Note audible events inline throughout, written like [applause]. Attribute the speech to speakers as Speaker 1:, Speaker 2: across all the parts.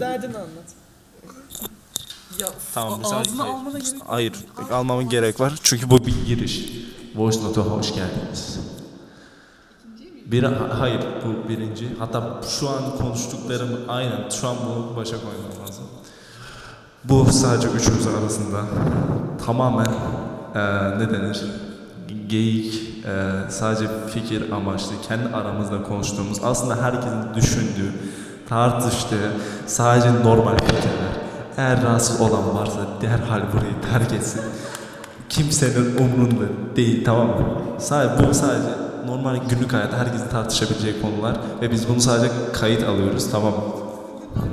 Speaker 1: Derdini anlat. Ya
Speaker 2: Tamam
Speaker 1: a-
Speaker 2: mesela şey-
Speaker 1: ağzına
Speaker 2: hayır,
Speaker 1: almana gerek yok.
Speaker 2: hayır almamın gerek var çünkü bu bir giriş. Voice note'a hoş geldiniz. Bir, hayır bu birinci. Hatta şu an konuştuklarım aynen şu an bunu başa koymam lazım. Bu sadece üçümüz arasında tamamen eee, ne denir? Geyik, eee, sadece fikir amaçlı, kendi aramızda konuştuğumuz, aslında herkesin düşündüğü, tartıştığı, sadece normal fikirler. Eğer rahatsız olan varsa derhal burayı terk etsin. Kimsenin umrunda değil tamam mı? Sadece, bu sadece normal günlük hayatta herkesin tartışabileceği konular ve biz bunu sadece kayıt alıyoruz tamam mı?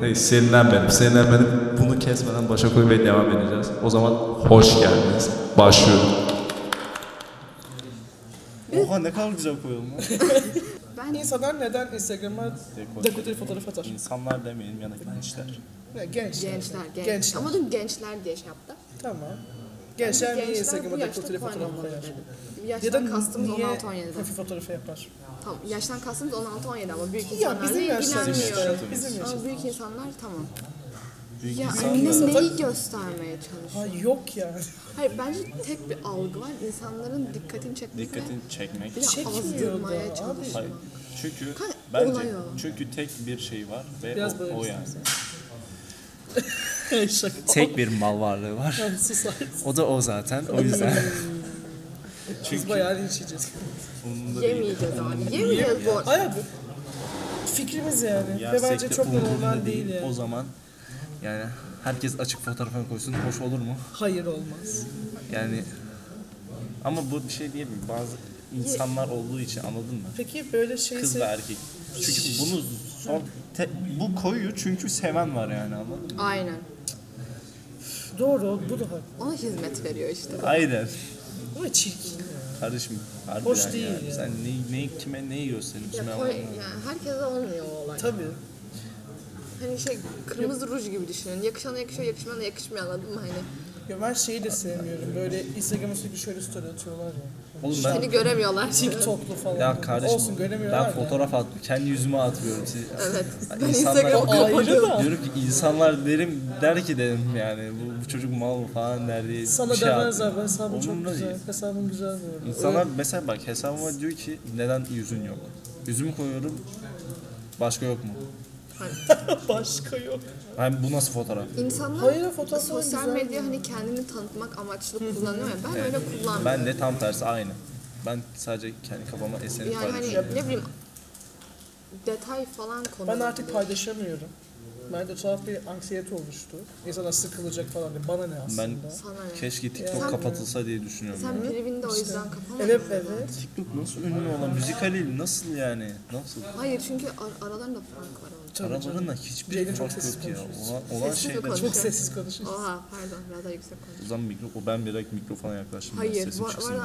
Speaker 2: Hey, sinirlenmedim, sinirlenmedim. Bunu kesmeden başa koymaya devam edeceğiz. O zaman hoş geldiniz. Başlıyorum.
Speaker 3: Oha ne kadar güzel koyalım
Speaker 1: [laughs]
Speaker 3: lan.
Speaker 1: İnsanlar neden Instagram'a dekoratif fotoğraf atar?
Speaker 3: İnsanlar demeyelim ya da gençler.
Speaker 1: Ya, gençler.
Speaker 4: Gençler, gençler.
Speaker 1: Gençler.
Speaker 4: Ama dün gençler diye şey yaptı.
Speaker 1: Tamam. Gençler niye
Speaker 4: bu
Speaker 1: Instagram'a
Speaker 4: yaşta
Speaker 1: dekoratif fotoğraf
Speaker 4: koymalı
Speaker 1: koyar?
Speaker 4: dedim.
Speaker 1: Ya da
Speaker 4: Yaştan kastımız
Speaker 1: niye
Speaker 4: 16-17'den.
Speaker 1: profil fotoğrafı yapar?
Speaker 4: Tamam, yaştan kastımız 16-17 ama büyük
Speaker 1: Ya
Speaker 4: insanlarla
Speaker 1: bizim yaşlarımız
Speaker 4: ilgilenmiyor.
Speaker 1: işte. Bizim
Speaker 4: Ama
Speaker 1: yaşlarımız.
Speaker 4: büyük insanlar tamam.
Speaker 3: Büyük
Speaker 4: Ya
Speaker 3: insanlar.
Speaker 4: annem neyi göstermeye çalışıyor?
Speaker 1: Ha yok [laughs] yani.
Speaker 4: Hayır bence tek bir algı var. İnsanların dikkatini çekmek ve
Speaker 3: Dikkatini çekmek.
Speaker 4: bir de
Speaker 1: Çekmiyor da
Speaker 4: azdırmaya
Speaker 1: abi.
Speaker 4: çalışmak.
Speaker 3: Hayır. Çünkü
Speaker 4: Kanka, olay
Speaker 3: bence
Speaker 4: o.
Speaker 3: çünkü tek bir şey var ve
Speaker 1: Biraz
Speaker 3: o,
Speaker 1: böyle
Speaker 3: o yani.
Speaker 1: Hey, Şaka.
Speaker 5: Tek bir mal varlığı var.
Speaker 1: Sus artık.
Speaker 5: O da o zaten. O yüzden.
Speaker 1: Biz bayağı linç yiyeceğiz.
Speaker 4: Yemeyeceğiz abi. Yemeyeceğiz bu arada.
Speaker 1: Ay abi. Fikrimiz yani. Ve
Speaker 3: Yersek
Speaker 1: bence
Speaker 3: de
Speaker 1: çok da normal
Speaker 5: umurumda
Speaker 1: değil
Speaker 5: O
Speaker 1: yani.
Speaker 5: zaman yani herkes açık fotoğrafını koysun. Hoş olur mu?
Speaker 1: Hayır olmaz.
Speaker 5: Yani
Speaker 3: Ama bu bir şey diyemem. Bazı insanlar olduğu için anladın mı?
Speaker 1: Peki böyle şey
Speaker 3: Kız ve erkek. Çünkü bunu son te- bu koyuyor çünkü seven var yani anladın mı?
Speaker 4: Aynen.
Speaker 1: Doğru bu da haklı.
Speaker 4: Ona hizmet veriyor işte.
Speaker 3: Aynen.
Speaker 1: Ama çirkin.
Speaker 3: Karışım. Harbiden
Speaker 1: Hoş değil
Speaker 3: yani.
Speaker 1: ya.
Speaker 3: Sen neyi, neyi kime neyi gösteriyorsun?
Speaker 4: Ya
Speaker 3: ben
Speaker 4: koy,
Speaker 3: anlamadım.
Speaker 4: yani herkese olmuyor o olay.
Speaker 1: Tabii.
Speaker 4: Hani şey kırmızı ruj gibi düşünün. Yakışana yakışıyor, yakışmayana yakışmıyor anladın mı? Hani
Speaker 1: Ya ben şeyi de sevmiyorum. Böyle Instagram'a sürekli şöyle story atıyorlar ya.
Speaker 5: oğlum
Speaker 4: seni
Speaker 5: ben
Speaker 4: göremiyorlar.
Speaker 1: TikTok'lu falan.
Speaker 5: ya kardeşim
Speaker 1: Olsun göremiyorlar
Speaker 5: ben fotoğraf at kendi yüzüme atmıyorum. Siz,
Speaker 4: [laughs] Evet. Ben
Speaker 5: İnsanlar-
Speaker 4: Instagram'ı
Speaker 5: O ayrı
Speaker 4: kapatıyorum.
Speaker 1: da.
Speaker 5: diyorum ki insanlar derim der ki derim yani bu, bu çocuk mal mı falan der diye.
Speaker 1: Sana
Speaker 5: bir şey at-
Speaker 1: demezler. Bu hesabın çok
Speaker 5: Umurumda
Speaker 1: güzel.
Speaker 5: değil.
Speaker 1: Hesabın güzel diyorum.
Speaker 5: İnsanlar mesela bak hesabıma diyor ki neden yüzün yok? Yüzümü koyuyorum. Başka yok mu?
Speaker 1: Başka yok.
Speaker 5: Yani bu nasıl fotoğraf?
Speaker 4: İnsanlar
Speaker 1: Hayır, fotoğraf
Speaker 4: sosyal
Speaker 1: güzel
Speaker 4: medya hani kendini tanıtmak amaçlı kullanıyor ya. Ben öyle kullanmıyorum.
Speaker 5: Ben de tam tersi aynı. Ben sadece kendi kafama eseri
Speaker 4: yani hani
Speaker 5: paylaşıyorum.
Speaker 4: ne bileyim detay falan konu.
Speaker 1: Ben artık paylaşamıyorum. Bende tuhaf bir anksiyete oluştu. İnsanlar sıkılacak falan diye. Bana ne
Speaker 5: Ben
Speaker 1: aslında?
Speaker 4: sana ne?
Speaker 5: keşke TikTok
Speaker 4: Sen-
Speaker 5: kapatılsa diye düşünüyorum.
Speaker 4: Sen
Speaker 5: ya.
Speaker 4: privini de o yüzden kapamadın.
Speaker 1: Evet evet.
Speaker 5: TikTok nasıl ünlü olan müzikalil nasıl yani? Nasıl?
Speaker 4: Hayır çünkü ar- aralarında fark var onun.
Speaker 1: Tabii canım.
Speaker 5: Aralarında
Speaker 1: Yayını
Speaker 5: hiçbir
Speaker 1: çok
Speaker 5: fark
Speaker 1: sessiz
Speaker 5: yok ya.
Speaker 1: konuşuyoruz.
Speaker 5: Olan, şey olan
Speaker 4: Sessiz mi
Speaker 5: şeyde
Speaker 4: konuşuyoruz?
Speaker 1: Çok sessiz konuşuyoruz.
Speaker 4: Oha pardon biraz daha yüksek konuş.
Speaker 5: o zaman mikro, o ben direkt mikrofona yaklaştım. ya,
Speaker 4: Hayır
Speaker 5: sesim
Speaker 4: bu
Speaker 5: çıksın.
Speaker 4: arada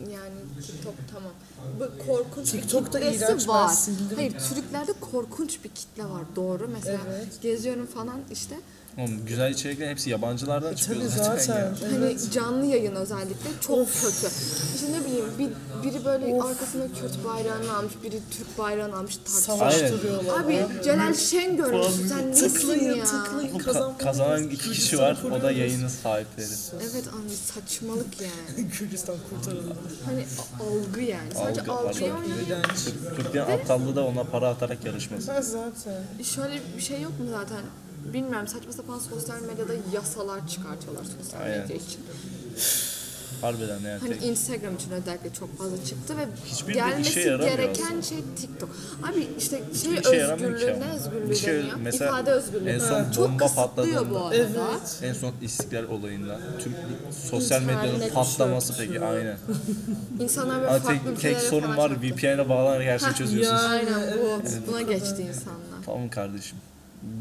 Speaker 4: yani TikTok tamam. Bu korkunç
Speaker 1: TikTok'ta
Speaker 4: bir kitlesi
Speaker 1: iğrenç, ben
Speaker 4: var.
Speaker 1: sildim.
Speaker 4: Hayır Türklerde korkunç bir kitle var doğru. Mesela geziyorum falan işte
Speaker 5: Oğlum, güzel içerikler hepsi yabancılardan çıkıyor
Speaker 1: E, Tabii
Speaker 5: zaten, ya.
Speaker 1: zaten. Evet.
Speaker 4: Hani canlı yayın özellikle çok kötü. İşte ne bileyim bir, biri böyle arkasına Kürt bayrağını almış, biri Türk bayrağını almış tartışıyor.
Speaker 1: Savaştırıyorlar.
Speaker 4: Hani- Abi Celal Şen görmüşsün sen nesin
Speaker 1: Tıklayın
Speaker 4: ya?
Speaker 1: tıklayın
Speaker 5: Bu ka-
Speaker 1: kazan.
Speaker 5: kazanan iki kişi var. O da yayının sahipleri.
Speaker 4: Evet abi saçmalık yani.
Speaker 1: Kürdistan kurtarıldı.
Speaker 4: Hani a- algı yani. Sadece
Speaker 5: Algı,
Speaker 4: algıya
Speaker 5: algı.
Speaker 4: oynayan.
Speaker 5: Türklerin aptallığı da ona para atarak yarışması.
Speaker 1: Ben zaten.
Speaker 4: Şöyle bir şey yok mu zaten? Bilmiyorum saçma sapan sosyal medyada yasalar çıkartıyorlar sosyal
Speaker 5: Aynen.
Speaker 4: medya için.
Speaker 5: Harbiden yani.
Speaker 4: Hani
Speaker 5: tek-
Speaker 4: Instagram için özellikle çok fazla çıktı ve
Speaker 5: Şey- Hiçbir de işe
Speaker 4: gelmesi
Speaker 5: yaramıyor
Speaker 4: gereken şey TikTok. Abi işte şey
Speaker 5: Bir şey yaramıyor ki
Speaker 4: özgürlüğü
Speaker 5: ama.
Speaker 4: ne
Speaker 5: Bir
Speaker 4: özgürlüğü
Speaker 5: şey-
Speaker 4: deniyor?
Speaker 5: mesela
Speaker 4: İfade özgürlüğü.
Speaker 5: en son
Speaker 4: çok
Speaker 5: bomba
Speaker 4: kısıtlıyor bu arada.
Speaker 5: patladığında- En son istiklal olayında tüm sosyal
Speaker 4: İnternet
Speaker 5: medyanın patlaması peki
Speaker 4: çöktü.
Speaker 5: aynen.
Speaker 4: İnsanlar böyle
Speaker 5: Ama
Speaker 4: farklı
Speaker 5: tek, tek
Speaker 4: ülkelere
Speaker 5: sorun
Speaker 4: falan
Speaker 5: var
Speaker 4: çarptı.
Speaker 5: VPN ile bağlanarak her şeyi
Speaker 4: Hah,
Speaker 5: çözüyorsunuz.
Speaker 4: Aynen bu. Buna geçti insanlar.
Speaker 5: Tamam kardeşim.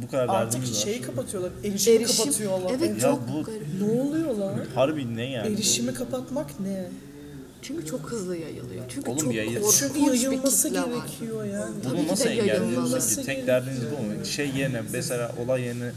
Speaker 5: Bu kadar
Speaker 1: Artık şey
Speaker 5: derdimiz var.
Speaker 1: şeyi kapatıyorlar. Erişimi
Speaker 4: Erişim.
Speaker 1: kapatıyorlar.
Speaker 4: Evet
Speaker 5: Ya
Speaker 4: çok
Speaker 5: bu-
Speaker 4: garip.
Speaker 1: Ne oluyor lan?
Speaker 5: Harbi ne yani?
Speaker 1: Erişimi kapatmak ne?
Speaker 4: Çünkü çok hızlı yayılıyor. Çünkü
Speaker 5: Oğlum
Speaker 4: çok
Speaker 5: yayıl-
Speaker 4: korkunç
Speaker 1: Çünkü
Speaker 4: bir
Speaker 1: yayılması
Speaker 4: kitle var.
Speaker 1: gerekiyor yani.
Speaker 4: Tabii
Speaker 5: Bunu
Speaker 4: ki
Speaker 5: nasıl
Speaker 4: de
Speaker 5: engelliyorsun
Speaker 4: yayınlanması
Speaker 5: ki? Tek derdiniz bu mu? Şey yerine mesela olay yerine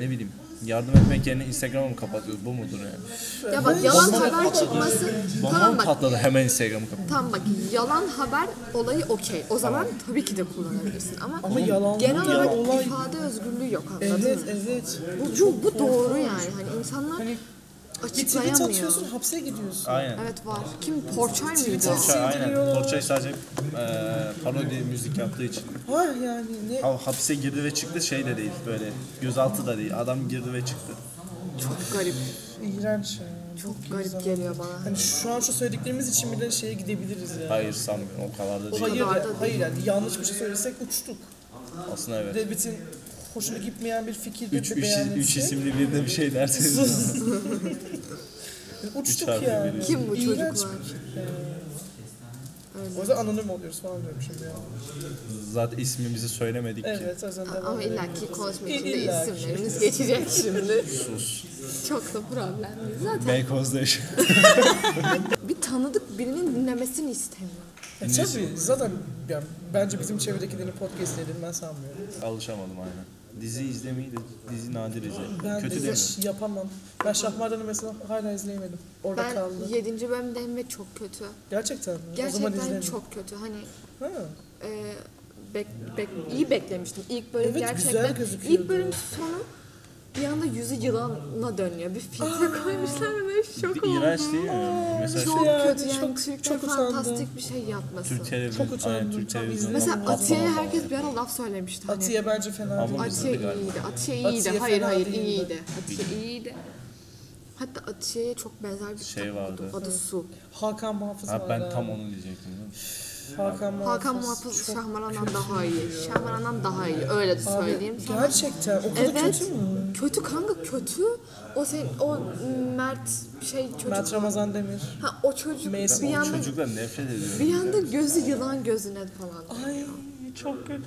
Speaker 5: ne bileyim Yardım etmek yerine Instagram'ı mı kapatıyoruz? Bu mudur yani?
Speaker 4: Ya bak yalan haber çıkması
Speaker 5: Bombam
Speaker 4: tamam bak
Speaker 5: patladı hemen Instagram'ı kapat.
Speaker 4: Tamam bak yalan haber olayı okey. O zaman tabii ki de kullanabilirsin ama,
Speaker 1: Ama yalan
Speaker 4: genel
Speaker 1: ya,
Speaker 4: olarak
Speaker 1: olay-
Speaker 4: ifade özgürlüğü yok anladın
Speaker 1: Evet
Speaker 4: mı?
Speaker 1: evet.
Speaker 4: Bu, bu, bu doğru yani. Hani insanlar
Speaker 1: Bir tweet
Speaker 4: açıklayamıyor.
Speaker 1: atıyorsun hapse gidiyorsun.
Speaker 5: Aynen.
Speaker 4: Evet var. Kim Porçay mıydı?
Speaker 1: atıyorsun.
Speaker 5: Porçay, aynen.
Speaker 1: Sildiriyorlar.
Speaker 5: Porçay sadece eee parodi müzik yaptığı için.
Speaker 1: Var yani ne?
Speaker 5: Ha, hapise girdi ve çıktı şey de değil böyle. Gözaltı da değil. Adam girdi ve çıktı.
Speaker 4: Çok garip.
Speaker 1: İğrenç ya.
Speaker 4: Çok garip geliyor bana.
Speaker 1: Hani şu an şu söylediklerimiz için bile şeye gidebiliriz yani.
Speaker 5: Hayır sanmıyorum o kadar da değil.
Speaker 1: Hayır,
Speaker 4: kadar da
Speaker 1: hayır yani yanlış bir şey söylesek uçtuk.
Speaker 5: Aslında evet.
Speaker 1: Devletin hoşuna gitmeyen bir fikir
Speaker 5: Üç,
Speaker 1: de
Speaker 5: üç, üç
Speaker 1: beğenilse
Speaker 5: isimli birine bir şey derseniz.
Speaker 1: uçtuk
Speaker 5: harfli
Speaker 1: yani.
Speaker 5: biri.
Speaker 4: Kim bu
Speaker 1: İğrenç
Speaker 4: çocuklar?
Speaker 1: bir- şey. Ee, O yüzden anonim oluyoruz falan diyorum şimdi yani.
Speaker 5: [laughs] Zaten ismimizi söylemedik ki.
Speaker 1: Evet o yüzden devam
Speaker 4: Ama
Speaker 1: edelim.
Speaker 4: illaki konuşmak için de
Speaker 1: İllaki.
Speaker 4: isimlerimiz geçecek şimdi. Çok da problem değil. Zaten
Speaker 5: Beykoz'da yaşıyor.
Speaker 4: bir tanıdık birinin dinlemesini istemiyorum.
Speaker 1: E, tabii zaten yani bence bizim çevredekilerin podcast edilmez ben sanmıyorum.
Speaker 5: Alışamadım aynen. Dizi izlemeyi de dizi nadir izlerim.
Speaker 1: Ben
Speaker 5: Kötü
Speaker 1: de
Speaker 5: değil mi?
Speaker 1: hiç yapamam. Ben Şahmardan'ı mesela hala izleyemedim. Orada
Speaker 4: Ben
Speaker 1: kaldı.
Speaker 4: 7. bölümdeyim ve çok kötü.
Speaker 1: Gerçekten mi? o zaman
Speaker 4: Gerçekten
Speaker 1: izleyemedim.
Speaker 4: çok kötü. Hani
Speaker 1: Ha.
Speaker 4: e, bek, bek, iyi beklemiştim. İlk bölüm
Speaker 1: Evet, güzel
Speaker 4: gerçekten.
Speaker 1: gözüküyordu.
Speaker 4: ilk bölüm sonu bir anda yüzü yılanla dönüyor. Bir filtre koymuşlar ve ben şok
Speaker 5: Bir
Speaker 4: oldum.
Speaker 5: iğrenç değil mi? Mesela
Speaker 4: Çok
Speaker 5: şey,
Speaker 1: yani,
Speaker 4: kötü yani.
Speaker 1: çok-
Speaker 4: Türkler
Speaker 1: çok utandım.
Speaker 4: fantastik bir şey yapmasın.
Speaker 5: Türk televizyon.
Speaker 1: Çok utandım,
Speaker 5: aynen,
Speaker 1: çok
Speaker 5: Türk televizyonu.
Speaker 4: Mesela Atiye'ye herkes bir ara laf söylemişti. Hani,
Speaker 1: Atiye bence fena
Speaker 5: Ama-
Speaker 1: değil.
Speaker 4: Atiye iyiydi. Atiye iyiydi.
Speaker 1: Atiye
Speaker 4: hayır
Speaker 1: fena
Speaker 4: hayır
Speaker 1: değildi.
Speaker 4: iyiydi. Atiye iyiydi. Hatta Atiye'ye çok benzer bir
Speaker 5: Şey
Speaker 4: kitap
Speaker 5: vardı.
Speaker 4: okudum. Adı Su.
Speaker 1: Hakan Muhafız
Speaker 5: Ha,
Speaker 1: var
Speaker 5: ben
Speaker 1: ha.
Speaker 5: tam onu diyecektim. değil mi?
Speaker 1: Hakan Muhafız.
Speaker 4: Hakan Muhafız Şahmaran'dan daha iyi. Şahmaran'dan daha iyi. Öyle söyleyeyim sana.
Speaker 1: Gerçekten o kadar
Speaker 4: Evet.
Speaker 1: kötü mü?
Speaker 4: Kötü kanka kötü. O sen o Mert şey çocuk.
Speaker 1: Mert Ramazan Demir.
Speaker 4: Ha o çocuk
Speaker 1: Mesut.
Speaker 4: bir yanda
Speaker 5: Çocuklar nefret ediyor.
Speaker 4: bir yanda gözü yılan gözüne falan.
Speaker 1: Ay çok kötü.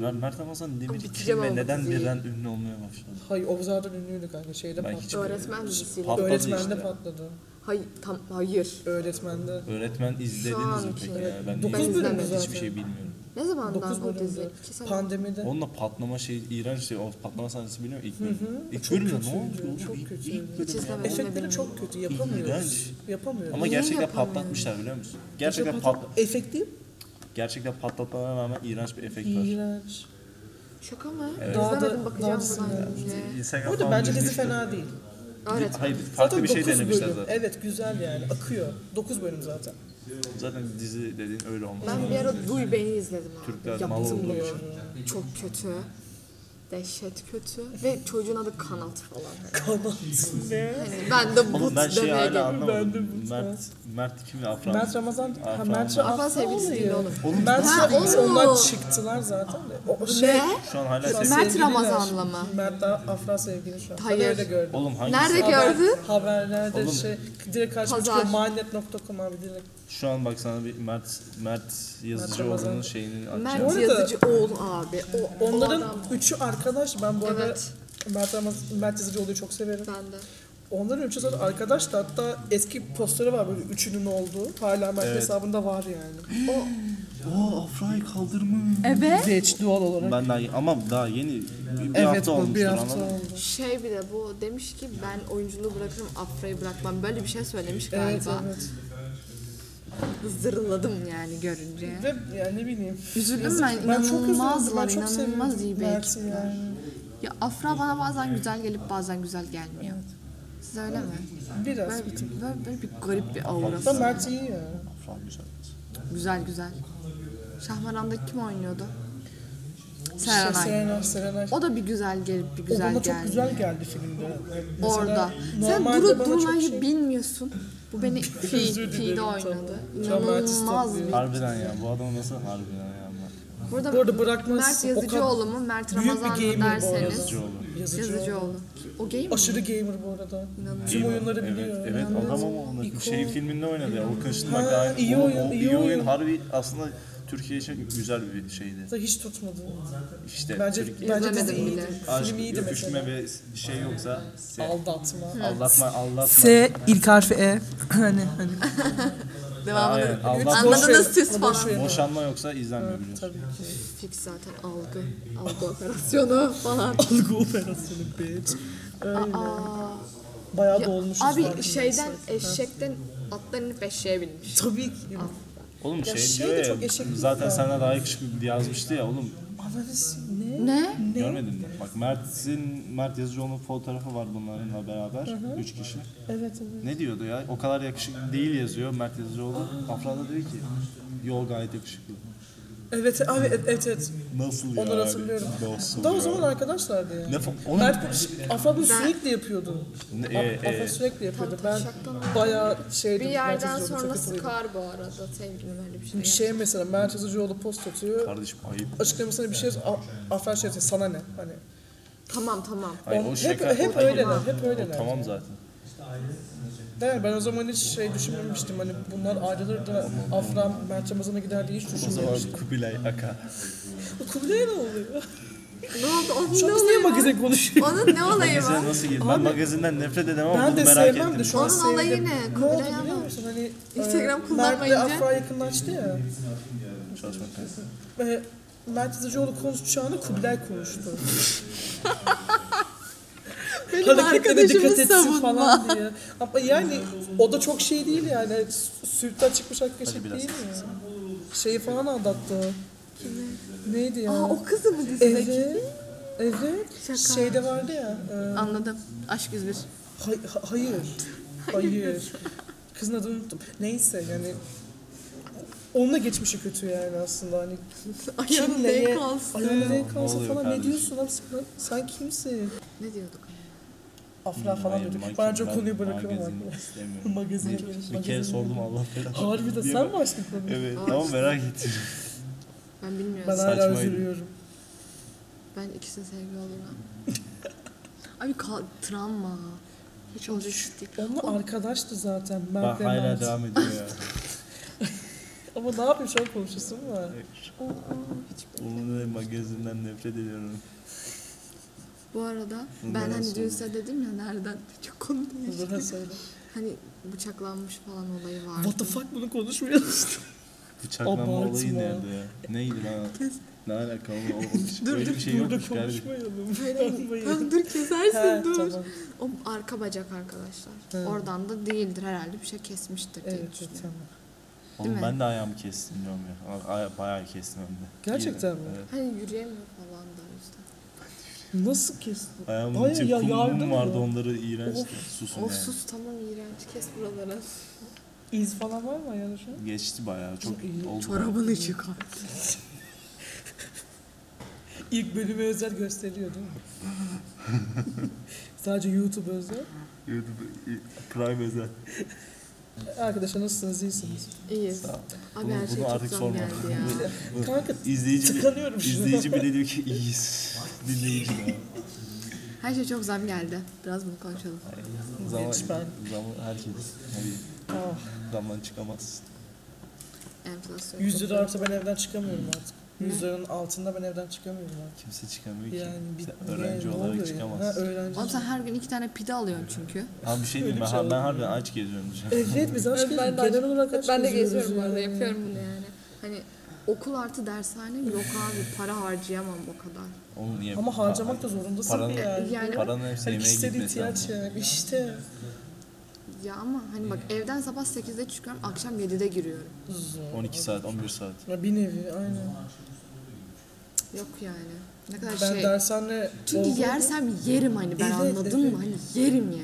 Speaker 5: Mer- Mert Ramazan
Speaker 4: Ama
Speaker 5: Demir
Speaker 4: bitireceğim
Speaker 5: kim ve
Speaker 4: ama
Speaker 5: neden
Speaker 4: diziyi.
Speaker 5: birden ünlü olmaya başladı?
Speaker 1: Hayır o zaten ünlüydü kanka şeyde
Speaker 5: Ben hiç-
Speaker 1: patladı.
Speaker 4: Öğretmen dizisiyle.
Speaker 5: Pat-
Speaker 1: Öğretmende
Speaker 5: işte.
Speaker 1: patladı.
Speaker 4: Hayır tam hayır.
Speaker 1: Öğretmende.
Speaker 5: Öğretmen izlediniz mi
Speaker 4: anki-
Speaker 5: peki? ya? Ben,
Speaker 1: Dokuz
Speaker 5: niye-
Speaker 4: bölümü
Speaker 5: hiçbir
Speaker 1: zaten.
Speaker 5: şey bilmiyorum.
Speaker 4: Ne zamandan
Speaker 1: 9
Speaker 4: o dizi?
Speaker 1: bölümde.
Speaker 4: İki sene.
Speaker 1: Pandemide.
Speaker 5: Onunla patlama şey iğrenç şey. O patlama sahnesi biliyor musun? İlk bölüm. İlk bölüm ne
Speaker 1: kötüydü,
Speaker 5: oldu?
Speaker 1: çok
Speaker 5: İlk-
Speaker 1: kötüydü.
Speaker 5: ilk bölüm
Speaker 4: Hiç
Speaker 5: ya.
Speaker 4: izlemedim.
Speaker 1: Efektleri çok kötü yapamıyoruz.
Speaker 5: İğrenç.
Speaker 1: Yapamıyoruz.
Speaker 5: Ama
Speaker 4: Niye
Speaker 5: gerçekten
Speaker 4: yapamıyor?
Speaker 5: patlatmışlar biliyor musun? Gerçekten pat
Speaker 1: Efekt değil mi?
Speaker 5: gerçekten patlatmalarına rağmen iğrenç bir efekt var.
Speaker 1: İğrenç.
Speaker 4: Şaka mı?
Speaker 1: Daha da-
Speaker 4: İzlemedim bakacağım
Speaker 1: daha da
Speaker 4: buradan.
Speaker 5: Instagram
Speaker 1: Burada
Speaker 5: falan
Speaker 1: bence dizi
Speaker 5: düşmüştü.
Speaker 1: fena değil.
Speaker 4: Öğretmen.
Speaker 5: Hayır
Speaker 1: Zaten
Speaker 5: farklı bir şey
Speaker 1: dokuz
Speaker 5: denemişler
Speaker 1: bölüm.
Speaker 5: zaten.
Speaker 1: Evet güzel yani akıyor. 9 bölüm zaten. [laughs]
Speaker 5: Zaten dizi dediğin öyle olmaz.
Speaker 4: Ben bir ara Duy Beni izledim abi.
Speaker 5: Türkler mal
Speaker 4: Yaptım
Speaker 5: olduğu
Speaker 4: bunu.
Speaker 5: için.
Speaker 4: Çok kötü. Dehşet kötü. Ve çocuğun adı Kanat falan.
Speaker 1: Kanat. ne?
Speaker 4: Hani ben de
Speaker 5: Oğlum
Speaker 4: but
Speaker 5: ben şeyi
Speaker 4: demeye
Speaker 5: hala
Speaker 4: geldim.
Speaker 5: anlamadım.
Speaker 1: bu-
Speaker 5: Mert, Mert kim Afra?
Speaker 1: Mert Ramazan. Ha,
Speaker 5: Afra
Speaker 1: Mert
Speaker 5: Ramazan.
Speaker 1: Ramazan.
Speaker 4: Afra sevgilisi
Speaker 1: oluyor.
Speaker 4: değil oğlum.
Speaker 1: Mert
Speaker 4: Ha,
Speaker 1: sevgilisi
Speaker 4: oğlum.
Speaker 1: onlar çıktılar zaten de. O şey.
Speaker 4: Ne?
Speaker 5: Şu an hala
Speaker 1: şu an
Speaker 5: sevgili.
Speaker 4: Mert
Speaker 1: sevgililer.
Speaker 4: Ramazan'la mı?
Speaker 1: Mert daha Afra sevgili şu an. Ben
Speaker 4: Hayır.
Speaker 1: öyle gördüm.
Speaker 5: Oğlum hangisi?
Speaker 4: Nerede
Speaker 1: Haber-
Speaker 4: gördün?
Speaker 1: Haberlerde
Speaker 5: Oğlum.
Speaker 1: şey direkt karşıma
Speaker 4: Pazar.
Speaker 1: çıkıyor. Mindnet.com abi direkt.
Speaker 5: Şu an bak sana bir Mert Mert
Speaker 1: Ramazan.
Speaker 5: Yazıcıoğlu'nun şeyini açacağım.
Speaker 1: Bu
Speaker 4: Mert
Speaker 1: arada-
Speaker 4: Yazıcı oğlu abi. O,
Speaker 1: Onların
Speaker 4: o adam.
Speaker 1: üçü arkadaş. Ben bu arada
Speaker 4: Evet.
Speaker 1: Mert, Ramazan, Mert Yazıcıoğlu'yu çok severim.
Speaker 4: Ben de.
Speaker 1: Onların üçü zaten arkadaş da hatta eski posteri var böyle üçünün olduğu. Hala Mert
Speaker 5: Evet.
Speaker 1: hesabında var yani.
Speaker 5: Oo Afra'yı kaldırmış.
Speaker 4: Evet.
Speaker 1: Geç doğal olarak.
Speaker 5: Ben daha ama daha yeni bir, bir
Speaker 1: evet
Speaker 5: hafta
Speaker 1: bu
Speaker 5: olmuştur
Speaker 1: bir hafta
Speaker 5: anladın mı?
Speaker 1: oldu.
Speaker 4: Şey bir de bu demiş ki ben oyunculuğu bırakırım Afra'yı bırakmam. Böyle bir şey söylemiş
Speaker 1: Evet
Speaker 4: galiba.
Speaker 1: evet.
Speaker 4: Zırladım yani görünce.
Speaker 1: Ve yani ne bileyim.
Speaker 4: Üzüldüm ben.
Speaker 1: Ben çok üzüldüm. Ben
Speaker 4: İnanılmazlar.
Speaker 1: çok
Speaker 4: inanılmaz iyi
Speaker 1: sevindim
Speaker 4: bir
Speaker 1: Mert'i
Speaker 4: ekipler.
Speaker 1: yani.
Speaker 4: Ya Afra bana bazen güzel gelip bazen güzel gelmiyor. Siz öyle mi?
Speaker 1: Biraz.
Speaker 4: Böyle bir, böyle, böyle bir garip bir aurası.
Speaker 1: Da Mert iyi ya.
Speaker 5: Afra güzel.
Speaker 4: Güzel güzel. Şahmaran'da kim oynuyordu?
Speaker 1: Şey,
Speaker 4: Serenay.
Speaker 1: Serenay. Serenay.
Speaker 4: O da bir güzel gelip bir
Speaker 1: O
Speaker 4: güzel
Speaker 1: bana
Speaker 4: geldi.
Speaker 1: çok güzel geldi filmde. Mesela
Speaker 4: Orada. Sen
Speaker 1: normalde
Speaker 4: Duru
Speaker 1: bana çok
Speaker 4: Durmay'ı
Speaker 1: şey-
Speaker 4: bilmiyorsun. Bu beni fi,
Speaker 1: Özür
Speaker 4: Fi'de
Speaker 1: dilerim,
Speaker 4: oynadı.
Speaker 1: tamam. Tamam, artist
Speaker 4: İnanılmaz
Speaker 1: tabii.
Speaker 4: bir.
Speaker 5: Harbiden ya bu adam nasıl harbiden ya Mert
Speaker 4: Burada,
Speaker 1: Bu arada bırakmaz.
Speaker 4: Mert
Speaker 1: O
Speaker 4: Yazıcıoğlu mu, Mert
Speaker 1: büyük bir
Speaker 4: Ramazan
Speaker 1: gamer
Speaker 4: mı
Speaker 1: bu arada.
Speaker 4: derseniz.
Speaker 5: Yazıcıoğlu.
Speaker 4: Yazıcıoğlu. O gay mi?
Speaker 1: Aşırı gamer bu arada.
Speaker 4: İnanılmaz.
Speaker 1: Tüm oyunları biliyor.
Speaker 5: Evet, evet adam ama onun
Speaker 1: İkon.
Speaker 5: şey filminde oynadı ya. O
Speaker 1: Ha,
Speaker 5: kaşınmak daha
Speaker 1: iyi
Speaker 5: Oğlum,
Speaker 1: oyun,
Speaker 5: o,
Speaker 1: iyi
Speaker 5: iyi oyun.
Speaker 1: oyun.
Speaker 5: harbi aslında Türkiye için güzel bir şeydi.
Speaker 1: Da hiç tutmadı.
Speaker 5: İşte
Speaker 1: Bence
Speaker 5: Türkiye
Speaker 1: bence dizi
Speaker 4: İzlemedim
Speaker 1: iyiydi.
Speaker 4: bile.
Speaker 1: Film
Speaker 5: aşk,
Speaker 1: iyiydi mesela.
Speaker 5: öpüşme ve şey yoksa se,
Speaker 1: Aldatma.
Speaker 5: aldatma aldatma.
Speaker 1: ilk harfi E. [laughs] hani hani.
Speaker 4: Devamını
Speaker 5: Aynen, aldatma.
Speaker 4: Anladınız siz falan.
Speaker 5: Boşanma yoksa izlenmiyor biliyorsun.
Speaker 4: Fix zaten algı. Algı operasyonu [laughs] falan.
Speaker 1: Algı operasyonu bitch. Öyle.
Speaker 4: Aa.
Speaker 1: Bayağı
Speaker 4: Ya,
Speaker 1: dolmuşuz.
Speaker 4: abi
Speaker 1: farkındaysan.
Speaker 4: şeyden eşekten atlar inip eşeğe binmiş.
Speaker 1: Tabii ki.
Speaker 5: Oğlum
Speaker 1: Ya
Speaker 5: şey,
Speaker 1: şey
Speaker 5: diyor
Speaker 1: de
Speaker 5: ya,
Speaker 1: çok eşeklik
Speaker 5: zaten
Speaker 1: ya.
Speaker 5: senden daha yakışıklı diye yazmıştı ya oğlum.
Speaker 1: Ananız ne?
Speaker 4: Ne?
Speaker 5: Görmedin mi? Bak Mert'in, Mert Yazıcıoğlu'nun fotoğrafı var bunlarınla beraber. Üç kişi.
Speaker 1: Evet evet.
Speaker 5: Ne diyordu ya? O kadar yakışıklı değil yazıyor Mert Yazıcıoğlu. Afra da diyor ki yol gayet yakışıklı.
Speaker 1: Evet abi evet evet. evet.
Speaker 5: Nasıl
Speaker 1: Onları
Speaker 5: yani?
Speaker 1: hatırlıyorum.
Speaker 5: Nasıl
Speaker 1: Daha o
Speaker 5: ya?
Speaker 1: zaman arkadaşlardı yani.
Speaker 5: Ne fa- Oğlum-
Speaker 1: Mert Afra bunu
Speaker 4: Ben-
Speaker 1: sürekli yapıyordu.
Speaker 5: Ne-
Speaker 1: Af-
Speaker 5: e, e.
Speaker 1: Afra sürekli yapıyordu.
Speaker 4: Tam
Speaker 1: Ben
Speaker 4: taşaktan
Speaker 1: bayağı şeydim.
Speaker 4: Bir yerden
Speaker 1: Mert Yazıcıoğlu'na
Speaker 4: sonra
Speaker 1: çok katılıyordum.
Speaker 4: sıkar bu arada sevgilim öyle bir şey.
Speaker 1: Bir şey mesela Mert Yazıcıoğlu post atıyor.
Speaker 5: Kardeşim ayıp.
Speaker 1: Açıklamasına bir şey A- Afra şey atıyor. Sana ne? Hani
Speaker 4: Tamam tamam.
Speaker 5: Hayır,
Speaker 1: On-
Speaker 5: o
Speaker 1: hep-
Speaker 5: şaka.
Speaker 1: hep
Speaker 5: o-
Speaker 1: öyleler,
Speaker 5: o-
Speaker 1: hep
Speaker 5: o
Speaker 1: öyleler.
Speaker 5: Tamam zaten.
Speaker 1: Değil mi? Ben o zaman hiç şey düşünmemiştim. Hani bunlar ayrılır da Afra Mert Ramazan'a gider diye hiç
Speaker 5: O zaman
Speaker 1: düşünmemiştim. [laughs]
Speaker 5: Kubilay Aka.
Speaker 1: Bu Kubilay'a ne oluyor?
Speaker 4: Ne oldu? Onun
Speaker 1: Şu an
Speaker 4: ne
Speaker 1: biz niye
Speaker 4: olayı var?
Speaker 1: magazin konuşuyoruz?
Speaker 4: Onun ne olayı var?
Speaker 5: Magazine nasıl girdi? Ben
Speaker 1: Abi,
Speaker 5: magazinden nefret edemem ama
Speaker 1: Ben
Speaker 5: bunu
Speaker 1: de
Speaker 5: merak
Speaker 1: sevmem de
Speaker 5: ettim.
Speaker 1: şu an
Speaker 4: Onun
Speaker 1: sevdim. Ne
Speaker 4: olayı ne?
Speaker 1: oldu
Speaker 4: Kubilay
Speaker 1: biliyor
Speaker 4: ama.
Speaker 1: musun? Hani,
Speaker 4: Instagram
Speaker 1: e,
Speaker 4: kullanmayınca-
Speaker 1: Mert'le Afra yakınlaştı ya.
Speaker 5: Çalışmak
Speaker 1: E, Mert Yazıcıoğlu konuşacağını Kubilay konuştu.
Speaker 4: Benim
Speaker 1: Hareketlerine dikkat
Speaker 4: arkadaşımı
Speaker 1: etsin
Speaker 4: savunma.
Speaker 1: falan diye. Ama yani o da çok şey değil yani. Sütten çıkmış hakikaten
Speaker 5: biraz.
Speaker 1: değil mi? ya? Şeyi falan aldattı. Neydi ya?
Speaker 4: Aa o kızı mı dizideki?
Speaker 1: Evet. Evet.
Speaker 4: Şaka.
Speaker 1: Şeyde vardı ya. e,
Speaker 4: Anladım. Aşk [laughs] 101.
Speaker 1: hay- ha- hayır. Hayır. Kızın adını unuttum. Neyse yani onunla geçmişi kötü yani aslında hani
Speaker 4: Ayağın
Speaker 1: kimle
Speaker 4: denk
Speaker 1: ye-
Speaker 4: kalsın.
Speaker 1: ayağın denk
Speaker 5: Ne
Speaker 1: kalsın
Speaker 5: oluyor
Speaker 1: falan ne
Speaker 5: kardeşim?
Speaker 1: diyorsun abi sen, sen kimsin?
Speaker 4: Ne diyorduk?
Speaker 1: Afra falan
Speaker 5: Hmm, Hayır,
Speaker 1: diyorduk.
Speaker 5: magazin-
Speaker 1: Bence o
Speaker 5: ben
Speaker 1: konuyu bırakıyorum
Speaker 5: magazin
Speaker 1: artık.
Speaker 5: istemiyorum.
Speaker 1: [laughs] Magazine
Speaker 5: Bir kere
Speaker 1: magazine-
Speaker 5: sordum Allah belanı.
Speaker 1: Harbi de
Speaker 5: Diye
Speaker 1: sen
Speaker 5: bak-
Speaker 1: mi açtın konuyu?
Speaker 5: Evet ama merak ettim.
Speaker 4: Ben
Speaker 1: Ben
Speaker 4: bilmiyorum.
Speaker 1: hala
Speaker 5: Saçmaydı.
Speaker 1: üzülüyorum.
Speaker 4: Ben ikisinin sevgili [laughs] olduğuna. Abi kal travma. Hiç olacak iş değil.
Speaker 1: Onunla arkadaştı zaten. Mert
Speaker 5: Bak
Speaker 1: ve
Speaker 5: hala
Speaker 1: Mert.
Speaker 5: devam ediyor ya.
Speaker 1: Ama ne yapayım şu an konuşasın var.
Speaker 4: Oo, hiç
Speaker 5: Bunun da magazinden nefret ediyorum.
Speaker 4: Bu arada
Speaker 5: Bundan
Speaker 4: ben hani
Speaker 5: sonra.
Speaker 4: dün size dedim ya nereden çok konu değişti.
Speaker 1: Zırha söyle.
Speaker 4: Hani bıçaklanmış falan olayı vardı.
Speaker 1: What the fuck bunu konuşmuyoruz.
Speaker 5: Bıçaklanma
Speaker 1: Abartma.
Speaker 5: olayı nerede ya? Neydi lan?
Speaker 4: Kes.
Speaker 5: Ne alakalı? O, o,
Speaker 4: Dur,
Speaker 5: öyle
Speaker 4: dur,
Speaker 5: bir şey
Speaker 1: Burada
Speaker 5: yokmuş kardeşim.
Speaker 1: konuşmayalım.
Speaker 4: Tamam
Speaker 1: Yapmayın.
Speaker 4: dur kesersin
Speaker 1: Ha,
Speaker 4: dur.
Speaker 1: tamam.
Speaker 4: O arka bacak arkadaşlar.
Speaker 1: Hı.
Speaker 4: Oradan da değildir herhalde bir şey kesmiştir diye
Speaker 1: Evet,
Speaker 4: düşünüyorum.
Speaker 1: tamam.
Speaker 4: Değil
Speaker 5: Oğlum
Speaker 4: mi?
Speaker 5: ben de ayağımı kestim diyorum ya. Ama Ay, bayağı kestim hem de.
Speaker 1: Gerçekten
Speaker 5: Yine,
Speaker 1: mi?
Speaker 5: Evet.
Speaker 4: Hani yürüyemiyor falan da o yüzden.
Speaker 1: Nasıl kestin?
Speaker 5: Ayağımın
Speaker 1: Bayağı
Speaker 5: içi
Speaker 1: ya-
Speaker 5: kum mum
Speaker 1: yardım mı?
Speaker 5: vardı onları iğrençti. Susun
Speaker 4: O
Speaker 5: yani.
Speaker 4: sus tamam iğrenç kes buraları.
Speaker 1: İz falan var mı ayağında şu an?
Speaker 5: Geçti bayağı çok
Speaker 1: İyi.
Speaker 5: oldu.
Speaker 4: Çorabını çıkart.
Speaker 1: İlk bölüme özel gösteriyor değil mi? [laughs] Sadece YouTube özel.
Speaker 5: YouTube prime özel.
Speaker 1: Arkadaşlar nasılsınız? İyisiniz.
Speaker 4: İyiyiz.
Speaker 5: Tamam.
Speaker 4: Abi
Speaker 5: Bunu-
Speaker 4: her şey
Speaker 5: bunu
Speaker 4: çok
Speaker 5: artık
Speaker 4: zam
Speaker 5: sorma.
Speaker 4: geldi
Speaker 5: [laughs]
Speaker 4: ya.
Speaker 1: Kanka
Speaker 5: İzleyici,
Speaker 1: Tıkanıyorum şu an.
Speaker 5: izleyici bile diyor ki iyiyiz. Dinleyici de.
Speaker 4: Her şey çok zam geldi. Biraz bunu konuşalım.
Speaker 5: Zaman,
Speaker 1: Geç ben.
Speaker 5: zaman herkes. Hani
Speaker 1: ah,
Speaker 5: zamdan çıkamaz.
Speaker 4: Enflasyon.
Speaker 1: 100 lira artsa ben evden çıkamıyorum artık. 100 liranın altında ben evden çıkamıyorum artık.
Speaker 5: Kimse çıkamıyor ki.
Speaker 1: Yani bir,
Speaker 5: Sen öğrenci
Speaker 1: ne
Speaker 5: olarak
Speaker 1: oluyor ya? Ha,
Speaker 5: çıkamazsın.
Speaker 1: öğrenci.
Speaker 4: Oğlum sen her gün iki tane pide alıyorsun çünkü.
Speaker 5: Abi bir şey diyeyim mi?
Speaker 1: bir şey
Speaker 5: Ha, ben
Speaker 1: olabilir.
Speaker 5: harbiden aç geziyorum [laughs] dışarı.
Speaker 1: Evet biz aç
Speaker 4: Evet, ben de
Speaker 1: geziyoruz. Genel
Speaker 4: aç-
Speaker 1: olarak aç
Speaker 4: ben de
Speaker 1: geziyoruz
Speaker 4: geziyorum bu arada
Speaker 1: yani.
Speaker 4: yapıyorum bunu yani. Hani okul artı dershane yok abi para harcayamam o kadar.
Speaker 5: Onu niye?
Speaker 1: Ama harcamak da zorundasın
Speaker 5: Paranın-
Speaker 1: yani.
Speaker 4: Yani
Speaker 5: Paranın hepsi
Speaker 1: Hani
Speaker 5: yemeğe
Speaker 1: kişisel
Speaker 5: gitmesi
Speaker 1: ihtiyaç
Speaker 5: lazım.
Speaker 1: yani. İşte
Speaker 4: ya ama hani bak evden sabah 8'de çıkıyorum akşam 7'de giriyorum.
Speaker 1: zor.
Speaker 5: 12 saat, 11 saat.
Speaker 1: Bir nevi aynen.
Speaker 4: Yok yani. Ne kadar
Speaker 1: Ben
Speaker 4: şey.
Speaker 1: dershane
Speaker 4: Çünkü
Speaker 1: olduğum-
Speaker 4: yersem yerim hani ben
Speaker 1: Evet,
Speaker 4: anladın
Speaker 1: evet.
Speaker 4: mı? Hani yerim yani.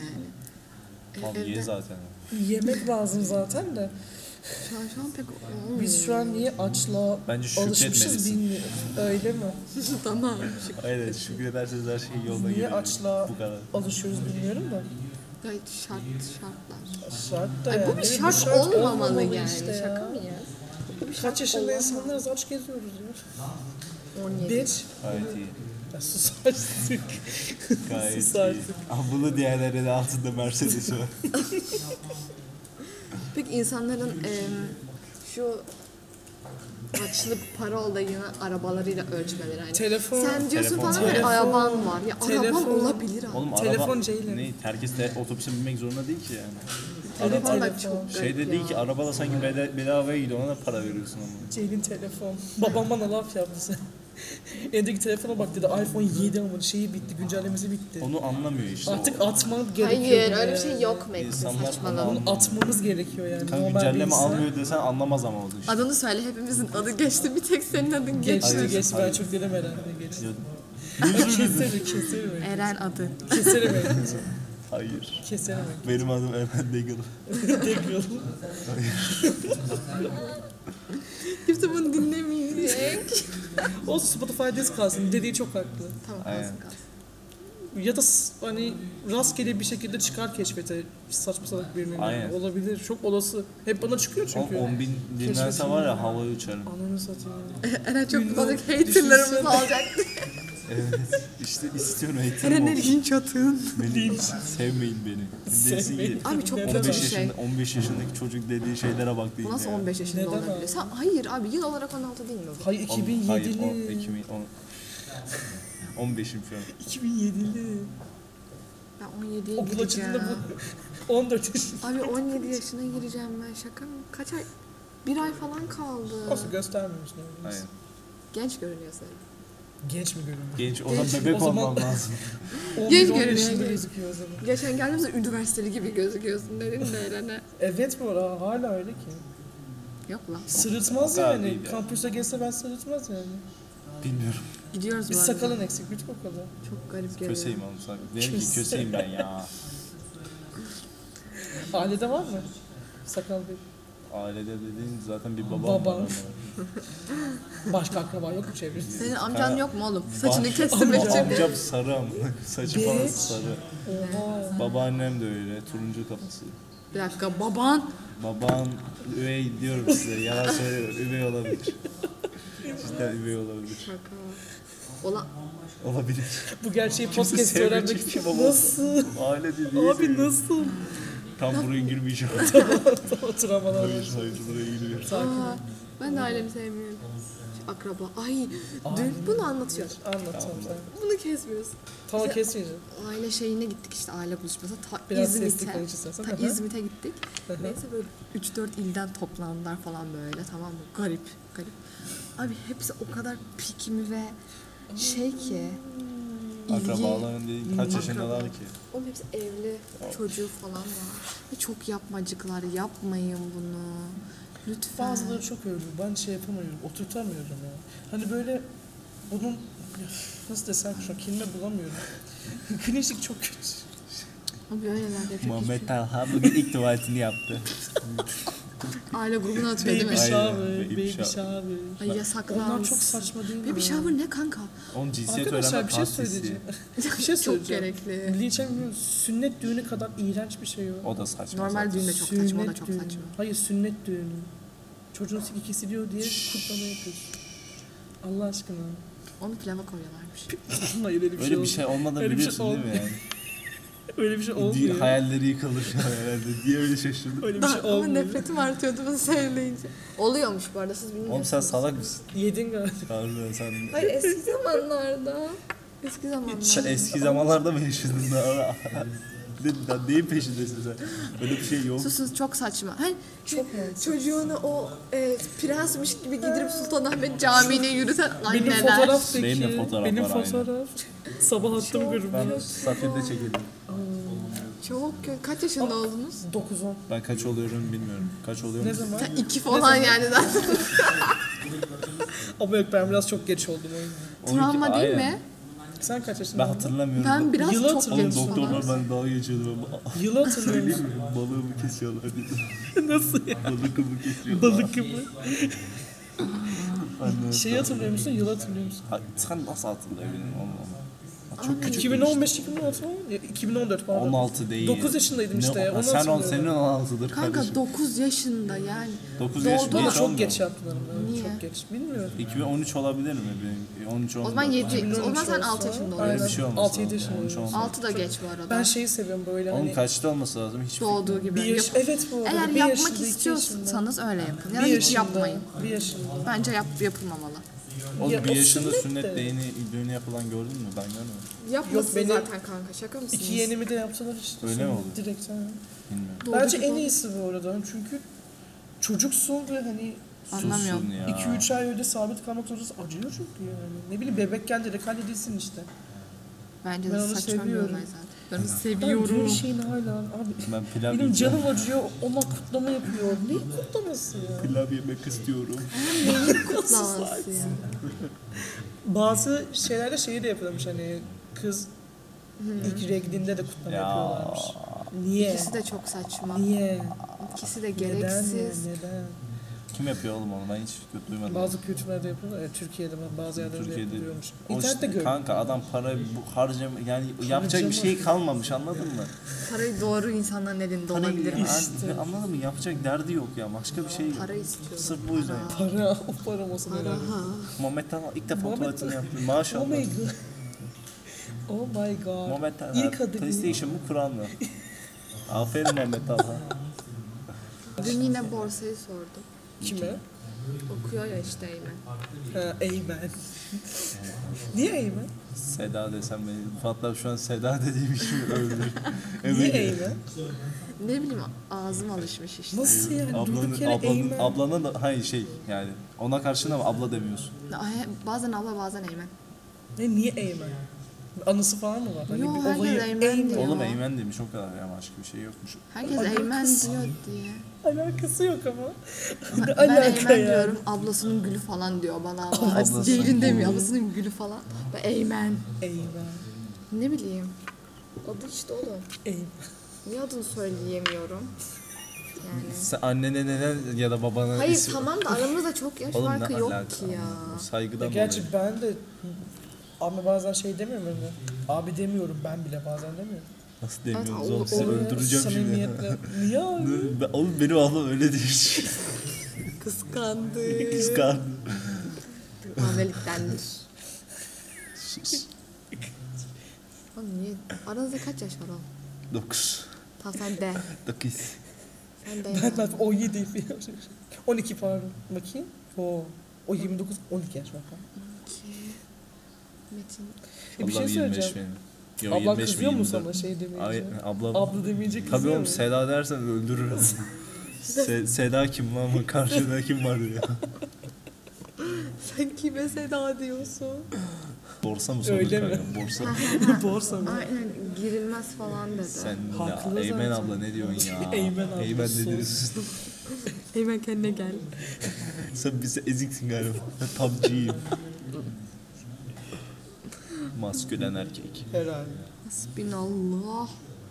Speaker 4: E,
Speaker 5: Tamam
Speaker 4: evde-
Speaker 5: ye zaten.
Speaker 1: yemek lazım zaten de.
Speaker 4: Şu an, şu an pek olmuyor.
Speaker 1: Biz şu an niye açla
Speaker 5: Bence
Speaker 1: alışmışız
Speaker 5: şükretmelisin.
Speaker 1: bilmiyorum. Öyle mi?
Speaker 4: tamam.
Speaker 5: Aynen şükrederseniz her şey yoluna
Speaker 1: Niye
Speaker 5: girer.
Speaker 1: açla-
Speaker 5: Bu kadar.
Speaker 1: Alışıyoruz bilmiyorum da.
Speaker 4: Gayet şart, şartlar.
Speaker 1: Şart da
Speaker 4: Ay,
Speaker 1: yani.
Speaker 4: bu bir şart, olmamalı yani.
Speaker 1: işte ya.
Speaker 4: Şaka mı ya? Bu bir şart
Speaker 1: Kaç yaşında
Speaker 4: olamaz.
Speaker 1: insanlarız aç geziyoruz ya.
Speaker 4: 17.
Speaker 1: Bir.
Speaker 5: Gayet iyi.
Speaker 1: Ya sus artık.
Speaker 5: [laughs] Gayet
Speaker 1: Sus
Speaker 5: iyi.
Speaker 1: artık.
Speaker 5: Ama bunu diğerlerinin altında Mercedes var.
Speaker 4: Peki insanların em, şu açlı para olayını arabalarıyla ölçmeleri aynı.
Speaker 1: Telefon.
Speaker 4: Sen diyorsun
Speaker 5: Telefon.
Speaker 4: falan hani
Speaker 1: Telefon.
Speaker 4: araban var. Ya araban
Speaker 1: Telefon.
Speaker 4: olabilir
Speaker 5: [laughs]
Speaker 4: abi.
Speaker 5: Oğlum
Speaker 1: Telefon
Speaker 5: araba...
Speaker 1: Ceylin.
Speaker 5: Ne? Herkes de otobüse binmek zorunda değil ki yani.
Speaker 1: Öyle
Speaker 4: Telefon da
Speaker 1: telefon.
Speaker 4: çok
Speaker 5: Şey de
Speaker 4: garip
Speaker 5: değil
Speaker 4: ya.
Speaker 5: ki
Speaker 1: Şey,
Speaker 5: arabada sanki beda- bedavaya gidiyor ona da para veriyorsun ama.
Speaker 1: Ceylin telefon. Babam bana laf yaptı [laughs] sen. Elindeki telefona bak dedi iPhone 7 ama şeyi bitti, güncellemesi bitti.
Speaker 5: Onu anlamıyor işte.
Speaker 1: Artık atman gerekiyor.
Speaker 4: Hayır
Speaker 1: yani.
Speaker 4: öyle bir şey yok Mac'te
Speaker 5: İnsanlar bunu
Speaker 4: saçmalama.
Speaker 5: anlamıyor.
Speaker 1: Bunu atmamız gerekiyor yani.
Speaker 5: Kanka
Speaker 1: Normal bir
Speaker 5: güncelleme
Speaker 1: insan-
Speaker 5: almıyor desen anlamaz ama o da işte.
Speaker 4: Adını söyle hepimizin adı geçti bir tek senin adın
Speaker 1: Geçti
Speaker 4: geçti.
Speaker 1: geçti ben çok dedim herhalde geçti.
Speaker 5: Ya, [laughs]
Speaker 1: keserim keserim.
Speaker 4: Eren adı. [laughs]
Speaker 1: Keserim
Speaker 5: Hayır.
Speaker 1: keserim.
Speaker 5: Benim adım Evan Degal.
Speaker 1: Demiyorum.
Speaker 4: Kimse bunu dinlemeyecek.
Speaker 1: Olsun Spotify'dayız kalsın dediği çok haklı.
Speaker 4: [laughs] tamam
Speaker 5: Aynen.
Speaker 4: kalsın kalsın.
Speaker 1: Ya da s- hani rastgele bir şekilde çıkar keşfete saçma salak birinin.
Speaker 5: Aynen.
Speaker 1: Olabilir. Çok olası. Hep bana çıkıyor çünkü.
Speaker 5: Çünkü 10 bin dinlense var ya havaya uçarım.
Speaker 1: Ananı satayım.
Speaker 4: Eren çok bulanık
Speaker 1: düşünsene.
Speaker 4: haterlarımızı alacak. [laughs]
Speaker 5: Evet. İşte istiyorum eğitim
Speaker 4: Eren
Speaker 5: olsun.
Speaker 4: ilginç atın.
Speaker 5: Beni sevmeyin beni. Desin ki
Speaker 1: Sevmeyin.
Speaker 4: Abi çok kötü
Speaker 5: 15
Speaker 4: bir şey.
Speaker 5: yaşında 15 yaşındaki çocuk dediği şeylere bak değil
Speaker 4: Bu nasıl
Speaker 5: ya.
Speaker 4: 15 yaşında
Speaker 1: Neden
Speaker 4: olabilir?
Speaker 1: abi?
Speaker 4: Sen, hayır abi yıl olarak 16 değil mi bu?
Speaker 1: Hayır
Speaker 5: On- Hayır, o-
Speaker 1: 2007'li.
Speaker 5: [laughs] 2010 15'im şu an.
Speaker 1: 2007'li.
Speaker 4: Ben 17'ye
Speaker 1: Okul
Speaker 4: gireceğim.
Speaker 1: açılında bu [laughs] 14 yaşında.
Speaker 4: Abi 17 yaşına gireceğim ben şaka mı? Kaç ay? Bir ay falan kaldı.
Speaker 1: Olsun göstermemiş. ne olmuş.
Speaker 5: Aynen.
Speaker 4: Genç görünüyorsun.
Speaker 1: Genç mi görünüyor?
Speaker 5: Genç o zaman
Speaker 1: Genç-
Speaker 5: bebek
Speaker 1: o zaman-
Speaker 5: olmam lazım.
Speaker 1: 11
Speaker 4: görünüyor,
Speaker 1: 15 yaşında
Speaker 4: genç.
Speaker 1: gözüküyor o zaman.
Speaker 4: Geçen geldiğimizde üniversiteli gibi gözüküyorsun dedin de Eren'e.
Speaker 1: Evet bu arada hala öyle ki.
Speaker 4: Yok lan.
Speaker 1: Sırıtmaz
Speaker 5: O kadar
Speaker 1: yani.
Speaker 5: değil yani.
Speaker 1: Kampüste gezse ben sırıtmaz yani.
Speaker 5: Bilmiyorum.
Speaker 4: Gidiyoruz
Speaker 1: Bir
Speaker 4: bu arada.
Speaker 1: sakalın eksik. Lütfen o kadar.
Speaker 4: Çok garip geliyor.
Speaker 5: Köseyim oğlum sanki. Derim ki
Speaker 1: Köse.
Speaker 5: köseyim ben ya.
Speaker 1: Ailede var mı? Sakal bir.
Speaker 5: Ailede dediğin zaten bir babam
Speaker 1: Babam.
Speaker 5: var.
Speaker 1: Başka akraba yok mu çevrenizde?
Speaker 4: Senin amcan yok mu oğlum? Saçını
Speaker 5: Var.
Speaker 4: kestirme
Speaker 5: Ama
Speaker 4: için.
Speaker 5: amcam sarı ama. [laughs] Saçı falan sarı.
Speaker 1: Oha.
Speaker 5: Babaannem de öyle. Turuncu kafası.
Speaker 4: Bir dakika baban.
Speaker 5: Baban üvey diyorum size. Yalan söylüyorum. Üvey olabilir. Cidden üvey olabilir.
Speaker 4: Şaka. Ola
Speaker 5: Olabilir.
Speaker 1: Bu gerçeği podcast
Speaker 5: sevmiyor
Speaker 1: öğrenmek
Speaker 5: çünkü
Speaker 1: için.
Speaker 5: babası.
Speaker 1: Nasıl?
Speaker 5: Aile dediği şey-
Speaker 1: Abi nasıl?
Speaker 5: Tam buraya girmeyeceğim.
Speaker 1: O travmalar var.
Speaker 5: hayır hayır buraya girmiyorum.
Speaker 4: Aa, ben de ailemi sevmiyorum. Şu Akraba. Ay dün bunu anlatıyor.
Speaker 1: Anlat tamam sen.
Speaker 4: Bunu kesmiyorsun.
Speaker 1: Tamam kesmeyeceğim.
Speaker 4: Aile şeyine gittik işte aile buluşması. Ta
Speaker 1: Biraz sesli
Speaker 4: İzmit'e.
Speaker 1: konuş istersen.
Speaker 4: Ta
Speaker 1: Aha.
Speaker 4: İzmit'e gittik.
Speaker 1: Hı hı.
Speaker 4: Neyse böyle 3-4 ilden toplandılar falan böyle tamam mı? Garip, garip. Abi hepsi o kadar pikmi ve şey ki. ilgi-
Speaker 5: Akrabaların değil. Kaç yaşındalar ki?
Speaker 4: Oğlum hepsi evli, çocuğu falan var. Ve çok yapmacıklar, yapmayın bunu. Lütfen.
Speaker 1: Bazıları çok öyle. Ben şey yapamıyorum. Oturtamıyorum ya. Hani böyle bunun nasıl desem şu an kelime bulamıyorum. [laughs] Klişik çok kötü.
Speaker 4: Abi öyleler de çok
Speaker 5: Muhammed
Speaker 4: hiçbir-
Speaker 5: Talha bugün ilk tuvaletini yaptı.
Speaker 4: Aile grubuna atıyor değil
Speaker 1: Baby
Speaker 4: mi?
Speaker 5: Aynen,
Speaker 1: shower,
Speaker 5: baby
Speaker 1: baby
Speaker 5: shower.
Speaker 1: shower.
Speaker 4: Ay yasaklanmış.
Speaker 1: Onlar çok saçma değil mi?
Speaker 4: Baby shower ne kanka?
Speaker 5: Onun cinsiyet
Speaker 1: Arkadaşlar
Speaker 5: öğrenme
Speaker 1: bir şey
Speaker 5: pastisi.
Speaker 1: söyleyeceğim. bir şey
Speaker 4: Çok
Speaker 1: söyleyeceğim.
Speaker 4: gerekli.
Speaker 1: Bileceğim bilmiyorum. Sünnet düğünü kadar iğrenç bir şey o.
Speaker 5: O da saçma.
Speaker 4: Normal
Speaker 5: zaten.
Speaker 4: düğün de çok saçma, o da
Speaker 1: Sünnet
Speaker 4: çok
Speaker 1: düğünü.
Speaker 4: saçma.
Speaker 1: Hayır sünnet düğünü. Çocuğun siki kesiliyor diye kutlama yapıyorsun. Allah aşkına. [laughs]
Speaker 4: Onu pilava koyuyorlarmış.
Speaker 1: Hayır öyle bir şey
Speaker 5: Öyle bir
Speaker 1: olmuyor.
Speaker 5: şey olmadan
Speaker 1: Öyle bir şey
Speaker 5: biliyorsun değil mi yani?
Speaker 1: Öyle bir şey
Speaker 5: Di-
Speaker 1: olmuyor.
Speaker 5: hayalleri yıkılır şu an herhalde diye öyle şaşırdım.
Speaker 1: Öyle bir şey
Speaker 4: Ama
Speaker 1: olmuyor.
Speaker 4: nefretim artıyordu bunu söyleyince. Oluyormuş bu arada siz bilmiyorsunuz.
Speaker 5: Oğlum sen salak mısın?
Speaker 1: Yedin galiba.
Speaker 5: Harbiden sen...
Speaker 4: Hayır eski zamanlarda. şey Eski zamanlarda.
Speaker 5: Sen eski zamanlarda mı yaşadın da? [laughs] Ne- ne- Neyin peşindesin sen? Öyle bir şey yok.
Speaker 4: Susun çok saçma. Hani çocuğunu o e, prensmiş gibi gidip Sultanahmet Camii'ne yürüten
Speaker 1: Benim
Speaker 4: anneler.
Speaker 1: fotoğraftaki.
Speaker 5: Benim de fotoğraf
Speaker 1: benim
Speaker 5: var, aynen.
Speaker 4: [laughs]
Speaker 1: fotoğraf. Sabah attım gruba.
Speaker 5: Ben safirde çekildim.
Speaker 4: Çok kötü. Kaç yaşında oldunuz?
Speaker 1: 9-10.
Speaker 5: Ben kaç oluyorum bilmiyorum. Kaç oluyorum?
Speaker 1: Ne zaman?
Speaker 4: Sen iki falan yani zaten.
Speaker 1: Ama yok ben biraz çok geç oldum o yüzden.
Speaker 5: 12
Speaker 4: Travma değil
Speaker 5: aynen.
Speaker 4: mi?
Speaker 1: Sen kaç yaşındasın?
Speaker 5: Ben hatırlamıyorum.
Speaker 4: Ben biraz
Speaker 1: Yılı
Speaker 4: çok
Speaker 1: hatırlıyorum
Speaker 5: Oğlum
Speaker 4: genç
Speaker 5: doktorlar
Speaker 4: falan.
Speaker 5: ben daha geçiyordum. [laughs]
Speaker 1: Yılı hatırlıyorum.
Speaker 5: Söyleyeyim mi? Balığımı kesiyorlar [laughs]
Speaker 1: [laughs]
Speaker 5: dedi.
Speaker 1: Nasıl ya?
Speaker 5: Balığımı kesiyorlar.
Speaker 1: Balık gibi.
Speaker 5: Anne.
Speaker 1: Şeyi hatırlıyor musun? Yılı hatırlıyor musun?
Speaker 5: Ha, Sen nasıl hatırlayabilirsin oğlum? onu? Çok küçük.
Speaker 1: 2015,
Speaker 4: şey.
Speaker 1: 2016 mı? Ya, 2014 pardon.
Speaker 5: 16 değil.
Speaker 1: 9 yaşındaydım işte
Speaker 5: Ne-
Speaker 1: ya, onu
Speaker 5: Sen on,
Speaker 1: hatırlıyorum.
Speaker 5: senin 16'dır
Speaker 4: Kanka
Speaker 5: kardeşim.
Speaker 4: 9 yaşında yani.
Speaker 5: 9
Speaker 4: doğdu
Speaker 5: yaş
Speaker 4: ama
Speaker 1: Ama
Speaker 5: geç
Speaker 1: çok
Speaker 5: olmuyor.
Speaker 1: geç yaptılar. ama,
Speaker 4: Niye?
Speaker 1: Çok geç. Bilmiyorum.
Speaker 5: 2013 olabilir mi? Benim? 13
Speaker 4: O zaman 7, o zaman sen
Speaker 1: 2013
Speaker 4: 6
Speaker 1: olsa-
Speaker 4: yaşında
Speaker 1: Aynen.
Speaker 4: oldun.
Speaker 5: Öyle bir şey olmaz.
Speaker 1: 6-7 yaşında.
Speaker 5: 13 olmaz.
Speaker 4: 6 da geç bu arada.
Speaker 1: Ben şeyi seviyorum böyle
Speaker 5: Oğlum
Speaker 1: hani.
Speaker 5: kaçta olması lazım? Hiç
Speaker 4: Doğduğu gibi.
Speaker 1: Bir yaş,
Speaker 4: Yap-
Speaker 1: evet bu arada.
Speaker 4: Eğer
Speaker 1: bir yaşında,
Speaker 4: yapmak
Speaker 1: iki yaşında.
Speaker 4: istiyorsanız öyle yapın. Ya da
Speaker 1: Bir
Speaker 4: hiç
Speaker 1: yaşında.
Speaker 4: yapmayın.
Speaker 1: Bir yaşında.
Speaker 4: Bence yap, yapılmamalı.
Speaker 5: Oğlum
Speaker 1: Ya,
Speaker 5: bir
Speaker 1: o
Speaker 5: yaşında
Speaker 1: sünnet
Speaker 5: sünnet
Speaker 1: de.
Speaker 5: değini düğünü yapılan gördün mü? Ben görmedim.
Speaker 4: Yapmasın
Speaker 1: beni-
Speaker 4: zaten kanka şaka mısınız?
Speaker 1: İki yenimi de yapsalar işte.
Speaker 5: Öyle mi
Speaker 1: sonra
Speaker 5: oldu?
Speaker 1: Direkt ha.
Speaker 5: Bilmiyorum.
Speaker 4: Doğduğu
Speaker 1: Bence
Speaker 4: gibi
Speaker 1: en
Speaker 4: oldu.
Speaker 1: iyisi bu arada. Çünkü çocuksun ve hani
Speaker 4: Anlamıyorum.
Speaker 5: Sussun ya.
Speaker 1: 2-3 ay öyle sabit kalmak zorundasın. Acıyor çünkü yani. Ne bileyim bebekken direkt halledilsin işte.
Speaker 4: Bence
Speaker 1: Ben
Speaker 4: de
Speaker 1: onu
Speaker 4: saçma bir
Speaker 1: seviyorum.
Speaker 4: olay zaten. Ben
Speaker 1: Ben
Speaker 4: seviyorum.
Speaker 1: bir şeyin hala abi.
Speaker 5: Ben pilav
Speaker 1: Benim
Speaker 5: yiyeceğim.
Speaker 1: canım acıyor. Ona kutlama yapıyor. Ne kutlaması ya?
Speaker 5: Pilav yemek istiyorum.
Speaker 4: Kutlaması ya.
Speaker 1: Bazı şeylerde şeyi de yapıyormuş hani kız ilk reglinde de kutlama
Speaker 5: Ya.
Speaker 1: yapıyorlarmış. Niye?
Speaker 4: İkisi de çok saçma.
Speaker 1: Niye?
Speaker 4: İkisi de
Speaker 1: Neden?
Speaker 4: gereksiz.
Speaker 1: ya, Neden?
Speaker 5: Kim yapıyor oğlum onu? Ben hiç duymadım.
Speaker 1: Bazı kültürlerde yapıyorlar. Yani Türkiye'de bazı yerlerde
Speaker 5: Türkiye'de-
Speaker 1: yapılıyormuş.
Speaker 5: O
Speaker 1: İnternette
Speaker 5: işte
Speaker 1: gör.
Speaker 5: kanka adam para bu harcam yani yapacak
Speaker 1: Harcama.
Speaker 5: bir şey kalmamış anladın mı?
Speaker 4: Parayı doğru insanların elinde
Speaker 5: Hani
Speaker 4: olabilir mi?
Speaker 5: an- anladın mı? Yapacak derdi yok ya. Başka bir şey yok.
Speaker 4: Para istiyorum.
Speaker 5: Sırf bu yüzden.
Speaker 4: Para.
Speaker 1: Para, o para olsa
Speaker 4: Para.
Speaker 1: neler?
Speaker 4: Ha.
Speaker 5: Muhammed Talha ilk defa
Speaker 1: Muhammed-
Speaker 5: tuvaletini yaptı.
Speaker 1: Oh my
Speaker 5: Maşallah.
Speaker 1: god. Oh my god. [laughs]
Speaker 5: Muhammed Talha.
Speaker 1: İlk adı bu.
Speaker 5: PlayStation mı Kur'an mı? Aferin Muhammed Talha.
Speaker 4: Dün yine borsayı sordum.
Speaker 1: Kime?
Speaker 4: Okuyor ya işte yine.
Speaker 1: Ha,
Speaker 5: [laughs]
Speaker 1: Eymen. Niye Eymen?
Speaker 5: Seda desem beni. Fatla şu an Seda dediğim işi öldür.
Speaker 1: Niye Eymen?
Speaker 4: Ne bileyim ağzım alışmış işte.
Speaker 1: Nasıl yani? Durduk
Speaker 5: Ablanın,
Speaker 1: yere
Speaker 5: ablanın,
Speaker 1: Eymen.
Speaker 5: ablana da hayır şey yani ona karşına abla demiyorsun.
Speaker 4: Ay, Bazen abla bazen Eymen.
Speaker 1: Ne, niye Eymen? Anısı falan mı var? Hani
Speaker 4: Yo,
Speaker 1: bir
Speaker 4: herkes
Speaker 1: olayı
Speaker 4: Eymen
Speaker 1: Eymen.
Speaker 4: diyor.
Speaker 5: Oğlum Eymen demiş o kadar ya başka bir şey yokmuş.
Speaker 4: Herkes
Speaker 1: Ay,
Speaker 4: Eymen
Speaker 1: kız.
Speaker 4: diyor diye.
Speaker 1: Alakası yok
Speaker 4: [laughs]
Speaker 1: ama. ne
Speaker 4: Ben
Speaker 1: alaka
Speaker 4: Eymen
Speaker 1: ya?
Speaker 4: diyorum ablasının gülü falan diyor bana ama.
Speaker 5: Ablasının
Speaker 4: Ceylin
Speaker 5: gülü.
Speaker 4: demiyor ablasının gülü falan. Ben Eymen.
Speaker 1: Eymen.
Speaker 4: Ne bileyim. Adı işte o da.
Speaker 1: Eymen.
Speaker 4: Niye adını söyleyemiyorum? Yani.
Speaker 5: Sen annene neden ya da babana
Speaker 4: Hayır
Speaker 5: isim-
Speaker 4: tamam da aramızda çok yaş
Speaker 5: Oğlum ne
Speaker 4: farkı yok
Speaker 5: alaka?
Speaker 4: ki ya.
Speaker 5: Saygıdan dolayı.
Speaker 1: Gerçi ben de ama bazen şey demiyorum öyle. Abi demiyorum ben bile bazen demiyorum.
Speaker 5: Nasıl
Speaker 4: Evet,
Speaker 5: demiyorsunuz
Speaker 4: o-
Speaker 5: oğlum sizi
Speaker 4: o-
Speaker 5: öldüreceğim şimdi. [laughs]
Speaker 1: samimiyetle. Niye abi?
Speaker 5: Ben- oğlum benim ablam öyle değil.
Speaker 4: [laughs] Kıskandı.
Speaker 5: Kıskan.
Speaker 4: [laughs] Maveliktendir. Oğlum niye? Aranızda kaç yaş var oğlum?
Speaker 5: 9.
Speaker 4: Tamam sen de.
Speaker 5: 9.
Speaker 4: Sen de.
Speaker 1: Ben
Speaker 4: ya.
Speaker 1: ben 17 12 pardon. Bakayım. Oo. O 29 12 yaş var.
Speaker 4: İki. Metin.
Speaker 1: E bir şey söyleyeceğim.
Speaker 5: benim. Yo,
Speaker 1: Abla
Speaker 5: 25 mi,
Speaker 1: kızıyor mu
Speaker 5: 24?
Speaker 1: sana şey
Speaker 5: Ay,
Speaker 1: demeyince?
Speaker 5: ablam.
Speaker 1: Abla demeyince kızıyor
Speaker 5: Tabii oğlum
Speaker 1: mu? [laughs]
Speaker 5: Seda dersen öldürür. Se- Seda kim lan bu? Karşıda kim var ya?
Speaker 4: Sen kime Seda diyorsun?
Speaker 5: Borsa mı sordun
Speaker 1: Öyle mi? [laughs]
Speaker 5: kanka? Borsa.
Speaker 1: Borsa mı?
Speaker 4: Aynen girilmez falan dedi.
Speaker 5: Sen
Speaker 1: Haklı
Speaker 5: ya. Eymen
Speaker 1: zaten.
Speaker 5: abla ne diyorsun ya?
Speaker 1: [laughs] Eymen abla,
Speaker 5: Eymen
Speaker 1: sus.
Speaker 5: dediniz.
Speaker 1: [laughs]
Speaker 4: Hemen kendine gel.
Speaker 5: Sen bize eziksin galiba. PUBG'yim. Maskülen erkek.
Speaker 1: Herhalde.
Speaker 4: Hasbinallah.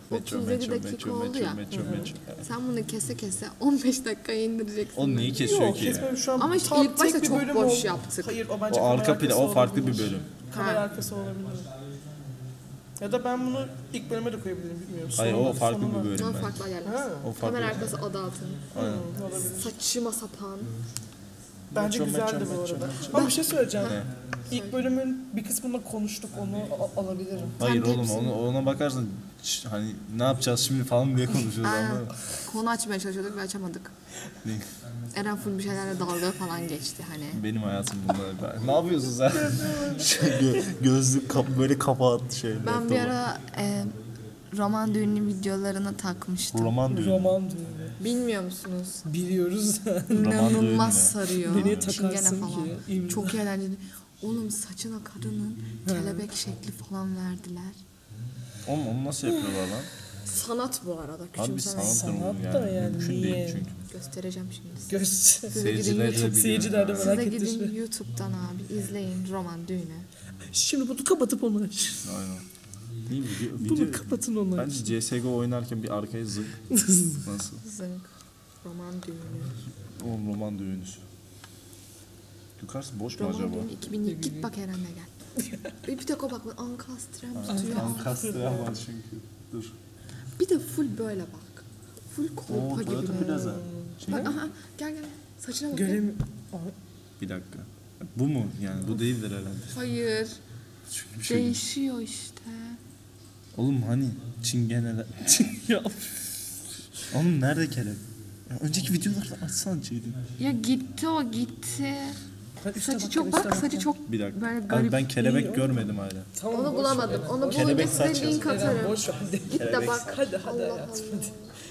Speaker 5: Metro,
Speaker 4: 37
Speaker 5: metro,
Speaker 4: dakika
Speaker 5: metro,
Speaker 4: oldu
Speaker 5: metro,
Speaker 4: ya.
Speaker 5: metro, metro.
Speaker 4: Sen bunu kese kese 15 dakikaya indireceksin.
Speaker 5: O neyi kesiyor
Speaker 1: Yok
Speaker 5: ki ya?
Speaker 1: kesmem şu an.
Speaker 4: Ama işte
Speaker 1: tam
Speaker 4: ilk
Speaker 1: tek
Speaker 4: başta
Speaker 1: bir
Speaker 4: çok
Speaker 1: bölüm
Speaker 4: boş
Speaker 1: oldu.
Speaker 4: yaptık.
Speaker 1: Hayır o bence
Speaker 5: O arka
Speaker 1: kamera
Speaker 5: plan,
Speaker 1: arkası
Speaker 5: o farklı bir
Speaker 1: olabilir.
Speaker 5: bölüm.
Speaker 1: Kamera
Speaker 4: Ha.
Speaker 1: arkası olabilir. Ya da ben bunu ilk bölüme de koyabilirim bilmiyorum.
Speaker 5: Hayır o
Speaker 1: Sonuna-
Speaker 5: farklı
Speaker 1: sonuna.
Speaker 5: bir bölüm
Speaker 4: Sonra
Speaker 5: bence.
Speaker 4: farklı ayarlarız.
Speaker 1: Ha.
Speaker 5: O farklı.
Speaker 4: Kamera arkası adı altında.
Speaker 1: Hı, olabilir.
Speaker 4: Saçma sapan.
Speaker 1: Bence
Speaker 5: Metro,
Speaker 1: güzeldi
Speaker 5: metro,
Speaker 1: bu
Speaker 5: metro,
Speaker 1: arada.
Speaker 5: metro.
Speaker 1: Ama bir şey söyleyeceğim.
Speaker 5: Ne?
Speaker 1: İlk bölümün bir kısmında konuştuk onu a- alabilirim.
Speaker 5: Hayır
Speaker 4: Sen
Speaker 5: oğlum
Speaker 4: hepsini-
Speaker 5: onu, ona bakarsın ç- hani ne yapacağız şimdi falan diye konuşuyoruz ama.
Speaker 4: Aynen. Konu açmaya çalışıyorduk ve açamadık.
Speaker 5: Ne?
Speaker 4: Eren full bir şeylerle dalga falan geçti hani.
Speaker 5: Benim hayatım bunlar. Ben- Ne yapıyorsun sen? [laughs] Şey, gö- gözlük kap böyle kapa attı şey.
Speaker 4: Ben bir
Speaker 5: laptopa.
Speaker 4: ara e, roman düğünü videolarını takmıştım.
Speaker 5: Roman diyor.
Speaker 1: Roman düğünü.
Speaker 4: Bilmiyor musunuz?
Speaker 1: Biliyoruz [laughs] da.
Speaker 4: İnanılmaz
Speaker 5: düğünü.
Speaker 4: sarıyor.
Speaker 1: Nereye
Speaker 4: Çingene
Speaker 1: takarsın
Speaker 4: falan.
Speaker 1: ki? İmran.
Speaker 4: Çok eğlenceli. Oğlum saçına karının kelebek şekli falan verdiler.
Speaker 5: Oğlum onu nasıl yapıyorlar lan?
Speaker 4: Sanat bu arada.
Speaker 5: Abi
Speaker 4: Küçümsemeyin.
Speaker 5: sanat durumu
Speaker 1: Sanat da
Speaker 5: yani.
Speaker 1: yani
Speaker 5: Mümkün
Speaker 1: niye?
Speaker 5: değil çünkü.
Speaker 4: Göstereceğim şimdi. size.
Speaker 1: Göz.
Speaker 4: Size gidin,
Speaker 5: Seyirciler de
Speaker 4: YouTube,
Speaker 5: biliyor.
Speaker 1: Seyirciler de
Speaker 4: size
Speaker 1: merak
Speaker 4: gidin
Speaker 1: etmiş.
Speaker 4: YouTube'dan abi izleyin roman düğünü.
Speaker 1: Şimdi bunu kapatıp onu aç.
Speaker 5: Aynen. Değil mi? Video,
Speaker 1: Bunu
Speaker 5: video,
Speaker 1: kapatın onu aç.
Speaker 5: bence CSGO oynarken bir
Speaker 1: [laughs]
Speaker 5: arkaya zıp. Nasıl?
Speaker 4: Zınk. Roman düğünü.
Speaker 5: Oğlum roman düğünüsü. Yukarısı boş mu
Speaker 4: Roman
Speaker 5: acaba?
Speaker 4: düğünü 2002. Git bak Eren'le gel.
Speaker 1: [laughs]
Speaker 4: bir, bir tek o bak. bak, Ankastrem tutuyor.
Speaker 5: Ankastra var çünkü. Dur.
Speaker 4: Bir de full böyle bak. Full kolpa gibi.
Speaker 5: plaza. Şey,
Speaker 4: Bak, aha, gel gel. Saçına bak.
Speaker 1: Görem
Speaker 5: bir dakika. Bu mu? Yani bu değildir herhalde.
Speaker 4: Hayır.
Speaker 5: Çünkü bir şey.
Speaker 4: Değişiyor işte.
Speaker 5: Oğlum hani çingeneler. [laughs] ya. Oğlum nerede kelep? Ya önceki videolarda açsana Ceylin.
Speaker 4: Ya gitti o gitti.
Speaker 1: Ha, üste
Speaker 4: Saçı
Speaker 1: bak,
Speaker 4: çok
Speaker 1: üste
Speaker 4: bak saçı çok
Speaker 5: Bir dakika.
Speaker 4: böyle
Speaker 5: Abi
Speaker 4: garip. şey
Speaker 5: ben
Speaker 1: İyi,
Speaker 5: kelebek görmedim hala.
Speaker 1: Tamam,
Speaker 4: Onu
Speaker 1: boş ver.
Speaker 4: bulamadım. Onu
Speaker 1: Boş
Speaker 4: bulunca
Speaker 5: Kelebek
Speaker 4: size
Speaker 5: saç
Speaker 4: link
Speaker 1: ver.
Speaker 4: atarım.
Speaker 1: Boş ver.
Speaker 4: Git de bak.
Speaker 1: Hadi hadi
Speaker 4: Allah
Speaker 1: hayat.
Speaker 4: Allah.